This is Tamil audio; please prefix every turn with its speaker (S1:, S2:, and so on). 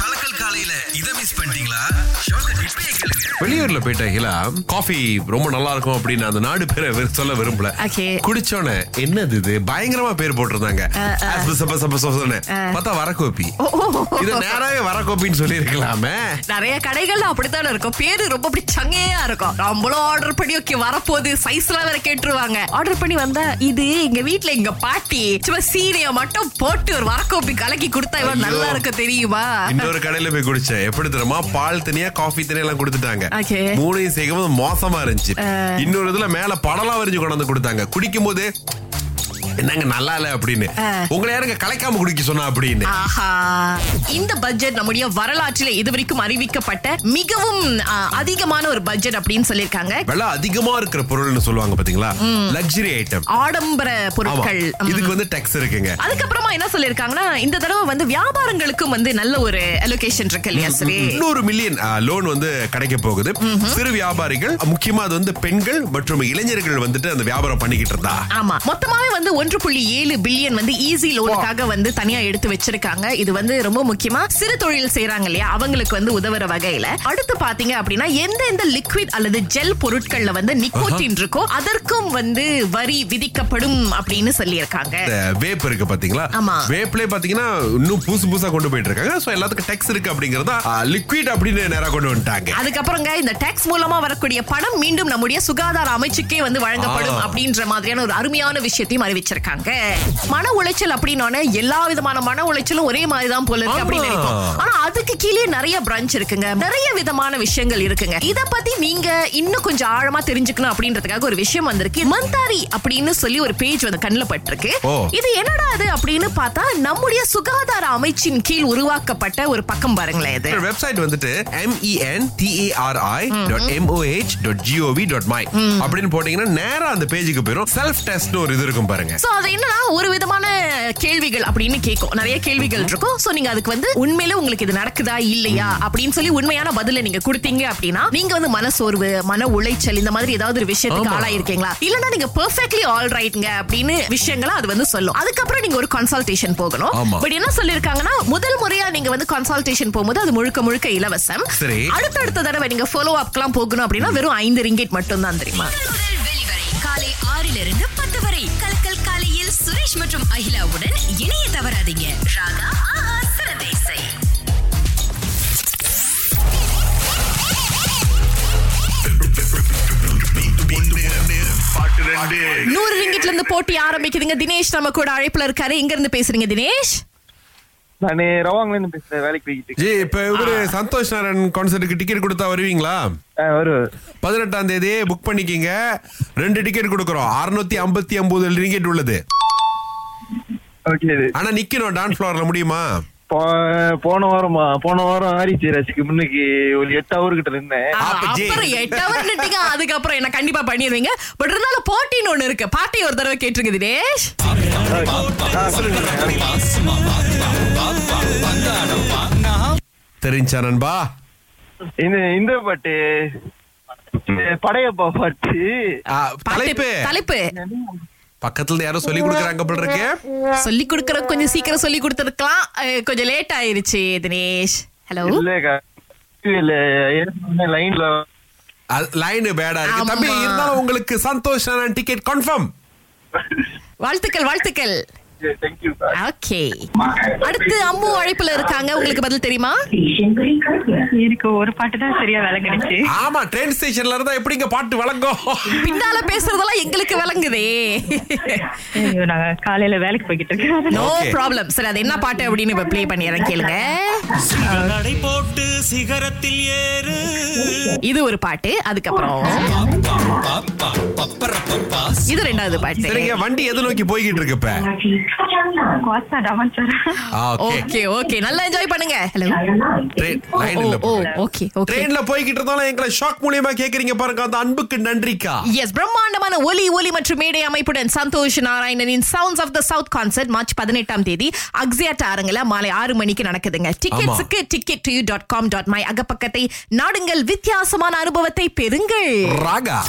S1: கலக்கல் காலையில இதை மிஸ் பண்ணிட்டீங்களா ஷோக்க இப்பயே கேளுங்க
S2: வெளியூர்ல போயிட்ட ஹிலா காஃபி ரொம்ப நல்லா இருக்கும் அப்படின்னு அந்த நாடு பேரை வெறு- சொல்ல விரும்பல
S3: Okay.
S2: குடிச்சோன்னே என்னது இது பயங்கரமா பேர் போட்டிருந்தாங்க அஸ்பு சப்ப சப்ப சப்பன்னு. பார்த்தா வரக்கோப்பி இது நேராவே வரக்கோப்பின்னு சொல்லி இருக்கலாமே
S3: நிறைய கடைகள்ல அப்படித்தானே இருக்கும் பேரு ரொம்ப அப்படி சங்கையா இருக்கும் நம்மளும் ஆர்டர் பண்ணி ஓகே வரப்போகுது சைஸ் எல்லாம் வேற கேட்டுருவாங்க ஆர்டர் பண்ணி வந்தா இது எங்க வீட்ல எங்க பாட்டி சும்மா சீனிய மட்டும் போட்டு ஒரு வரக்கோப்பி கலக்கி கொடுத்தா இவன் நல்லா இருக்கு தெரியுமா
S2: இன்னொரு கடையில போய் குடிச்சேன் எப்படி தெரியுமா பால் தனியா காஃபி தனியா எல்லாம் கொடுத்துட்டாங்க
S3: Okay.
S2: மூணையும் சேர்க்கும் போது மோசமா இருந்துச்சு இன்னொரு இதுல மேல படலாம் வரைஞ்சு கொண்டு வந்து கொடுத்தாங்க குடிக்கும் போது என்னங்க நல்லா இல்ல அப்படின்னு உங்களை யாருங்க கலைக்காம குடிக்க சொன்னா அப்படின்னு
S3: ஆஹா இந்த பட்ஜெட் நம்முடைய வரலாற்றிலே இதுவரைக்கும் அறிவிக்கப்பட்ட மிகவும் ஆ, அதிகமான ஒரு பட்ஜெட் அப்படின்னு சொல்லியிருக்காங்க
S2: விலை அதிகமா இருக்கிற பொருள்னு சொல்லுவாங்க பாத்தீங்களா லக்ஸரி ஐட்டம்
S3: ஆடம்பர
S2: ஆமா
S3: பொருட்கள் ம்.
S2: இதுக்கு வந்து டெக்ஸ் இருக்குங்க
S3: அதுக்கப்புறமா என்ன சொல்லிருக்காங்கன்னா இந்த தடவை வந்து வியாபாரங்களுக்கும் வந்து நல்ல ஒரு அலோகேஷன் இருக்கு இல்லையா சரி
S2: நூறு மில்லியன் லோன் வந்து கிடைக்க போகுது சிறு வியாபாரிகள் முக்கியமா அது வந்து பெண்கள் மற்றும் இளைஞர்கள் வந்துட்டு அந்த வியாபாரம் பண்ணிக்கிட்டு இருந்தா
S3: ஆமா மொத்தமாவே வந்து ஒன்று புள்ளி ஏழு பில்லியன் வந்து ஈஸி லோனுக்காக வந்து தனியா எடுத்து வச்சிருக்காங்க இது வந்து ரொம்ப முக்கியமா சிறு தொழில் செய்யறாங்க இல்லையா அவங்களுக்கு வந்து உதவுற வகையில அடுத்து பாத்தீங்க அப்படின்னா எந்த எந்த லிக்விட் அல்லது ஜெல் பொருட்கள்ல வந்து நிக்கோட்டின் இருக்கோ அதற்கும் வந்து வரி விதிக்கப்படும் அப்படின்னு சொல்லியிருக்காங்க
S2: இந்த வேப் இருக்கு பாத்தீங்களா
S3: ஆமா.
S2: வேப்லயே பாத்தீங்கன்னா இன்னும் புதுசு புதுசா கொண்டு போயிட்டு இருக்காங்க சோ எல்லாத்துக்கும் டெக்ஸ் இருக்கு அப்படிங்கறத லிக்விட் அப்படின்னு நேரா கொண்டு வந்துட்டாங்க
S3: அதுக்கப்புறங்க இந்த டாக்ஸ் மூலமா வரக்கூடிய பணம் மீண்டும் நம்முடைய சுகாதார அமைச்சுக்கே வந்து வழங்கப்படும்
S2: ஆ.
S3: அப்படின்ற மாதிரியான ஒரு அருமையான விஷயத்தையும் அறிவிச்சிருக்காங்க மன உளைச்சல் அப்படின்னோட எல்லா விதமான மன உளைச்சலும் ஒரே மாதிரி தான் போல இருக்கு அப்படின்னு
S2: ஆமா.
S3: நினைப்போம் ஆனா அதுக்கு கீழே நிறைய பிரான்ச் இருக்குங்க நிறைய விதமான விஷயங்கள் இருக்குங்க இத பத்தி நீங்க இன்னும் கொஞ்சம் ஆழமா தெரிஞ்சுக்கணும் அப்படின்றதுக்காக ஒரு விஷயம் வந்திருக்கு மந்தாரி அப்படின்னு சொல்லி ஒரு பேஜ் வந்து கண்ணுல பட்டிருக்கு
S2: ஓ.
S3: இது என்னடா அது அப்படின்னு பார்த்தா நம்முடைய சுகாதார அமைச்சின் கீழ் உருவாக்கப்பட்ட ஒரு பக்கம் பாருங்களேன் இது
S2: வெப்சைட் வந்துட்டு E MEN TARI dot MOH dot GOV dot my அப்படின்னு போட்டீங்கன்னா நேரா அந்த பேஜுக்கு போயிரும் செல்ஃப் டெஸ்ட்னு ஒரு இது இருக்கும் பாருங்க
S3: சோ அது என்னன்னா ஒரு விதமான கேள்விகள் அப்படின்னு கேட்கும் நிறைய கேள்விகள் இருக்கும் சோ நீங்க அதுக்கு வந்து உண்மையில உங்களுக்கு இது நடக்குதா இல்லையா அப்படின்னு சொல்லி உண்மையான பதில நீங்க கொடுத்தீங்க அப்படின்னா நீங்க வந்து மனசோர்வு மன உளைச்சல் இந்த மாதிரி ஏதாவது ஒரு விஷயத்துக்கு
S2: ஆமா.
S3: ஆளாயிருக்கீங்களா இல்லனா நீங்க பெர்ஃபெக்ட்லி ஆல் ரைட்ங்க அப்படின்னு விஷயங்களை அது வந்து சொல்லும் அதுக்கப்புறம் நீங்க ஒரு கன்சல்டேஷன் போகணும்
S2: ஆமா.
S3: பட் என்ன சொல்லிருக்காங்கன்னா முதல் முறையா நீங்க வந்து கன்சல்டேஷன் போகும்போது அது முழுக்க முழுக்க இலவசம்
S2: சரி.
S3: அடுத்தடுத்த தடவை நீங்க ஃபாலோ அப்லாம் போகணும் அப்படின்னா வெறும் ஐந்து ரிங்கெட் மட்டும் தான் தெரியுமா
S4: முதல் முதல் வெளிவரை காலை ஆறிலிருந்து பத்து வரை கலக்கல் காலையில் சுரேஷ் மற்றும் அகிலாவுடன் இணைய தவறாதீங்க ராகா ஆஹா சரதேசை
S3: நூறு ரிங்கிட்ல இருந்து போட்டி ஆரம்பிக்குதுங்க தினேஷ் நம்ம கூட அழைப்புல இருக்காரு எங்க இருந்து பேசுறீங்க தினேஷ்
S5: நான் ரவாங்ல இருந்து பேசுறேன் வேலைக்கு போய்கிட்டு
S2: ஜி இப்ப இவரு சந்தோஷ் நாராயண் கான்சர்ட்டுக்கு டிக்கெட் கொடுத்தா வருவீங்களா
S5: இருக்கேன் வருவார்
S2: பதினெட்டாம் தேதி புக் பண்ணிக்கிங்க ரெண்டு டிக்கெட் கொடுக்குறோம் அறுநூத்தி ஐம்பத்தி ஒன்பது ரிங்கெட் உள்ளது
S5: ஓகே
S2: ஆனா நிக்கணும் டான்ஸ் ஃபிளோர்ல முடியுமா
S5: போன வாரமா போன வாரம் ஆரிச்சு ராசிக்கு முன்னுக்கு ஒரு எட்டு ஹவர் கிட்ட நின்னேன்
S3: ஆ,
S2: அப்ப ஜெய்.
S3: அப்புறம் எட்டு அவர் நின்னுட்டீங்க அதுக்கப்புறம் என்ன கண்டிப்பா பண்ணிடுவீங்க பட் இருந்தாலும் போட்டின்னு ஒண்ணு இருக்கு பாட்டி ஒரு தடவை கேட்டுருங்க தினேஷ்
S2: தெரிஞ்சா நண்பா
S5: இந்த இந்த பாட்டு அஹ் படையப்பா பாட்டு
S2: ஆ,
S3: பாட்டு-
S2: தலைப்பு
S3: தலைப்பு
S2: பக்கத்துல யாரோ சொல்லி கொடுக்குறாங்க போல இருக்கு
S3: சொல்லி கொடுக்கற கொஞ்சம் சீக்கிரம் சொல்லி கொடுத்துருக்கலாம் அஹ், கொஞ்சம் லேட் ஆயிருச்சு தினேஷ் ஹலோ
S5: இல்லக்கா இல்ல லைன்ல
S2: லைன் பேடா இருக்கு
S3: ஆமா.
S2: தம்பி இருந்தாலும் உங்களுக்கு சந்தோஷ் டிக்கெட் கன்ஃபார்ம்
S3: வாழ்த்துக்கள் வாழ்த்துக்கள்
S5: தேங்க்யூ
S3: ஓகே அடுத்து அம்மு அழைப்புல இருக்காங்க உங்களுக்கு பதில் தெரியுமா
S6: இருக்கு ஒரு பாட்டு தான் சரியா வேலை கிடைச்சு
S2: ஆமா ட்ரெயின் ஸ்டேஷன்ல இருந்தா எப்படிங்க பாட்டு வழங்கும்
S3: பின்னால பேசுறதெல்லாம் எங்களுக்கு விளங்குதே
S6: ஐயோ, நாங்க காலையில வேலைக்கு போய்கிட்டு இருக்கேன்
S3: நோ
S2: Okay.
S3: ப்ராப்ளம் சரி அது என்ன பாட்டு அப்படின்னு இப்ப ப்ளே பண்ணிடுறேன் கேளுங்க
S7: நடை போட்டு சிகரத்தில் ஏறு
S3: இது ஒரு பாட்டு அதுக்கப்புறம் இது ரெண்டாவது பாட்டு
S2: சரிங்க வண்டி எது நோக்கி போய்கிட்டு இருக்கு இப்ப
S6: கோஸ்தா டாமன் சார்
S2: ஓகே
S3: ஓகே ஓகே நல்லா என்ஜாய் பண்ணுங்க Oh, ஹலோ
S2: ட்ரெயின் லைன் இல்ல
S3: ஓ
S2: போறேன்.
S3: ஓகே ஓகே
S2: ட்ரெயின்ல போய்கிட்டு இருந்தாலும் எங்களை ஷாக் மூலியமா கேக்குறீங்க பாருங்க அந்த அன்புக்கு நன்றிக்கா
S3: எஸ் பிரம்மாண்டமான ஒலி ஒலி மற்றும் மேடை அமைப்புடன் சந்தோஷ் நாராயணனின் sounds of the south concert March பதினெட்டாம் தேதி அக்ஸியாட் அரங்கில் மாலை ஆறு மணிக்கு நடக்குதுங்க டிக்கெட்ஸுக்கு ticket two dot com dot my அகப்பக்கத்தை நாடுங்கள் வித்தியாசமான அனுபவத்தை பெறுங்கள்
S2: ராகா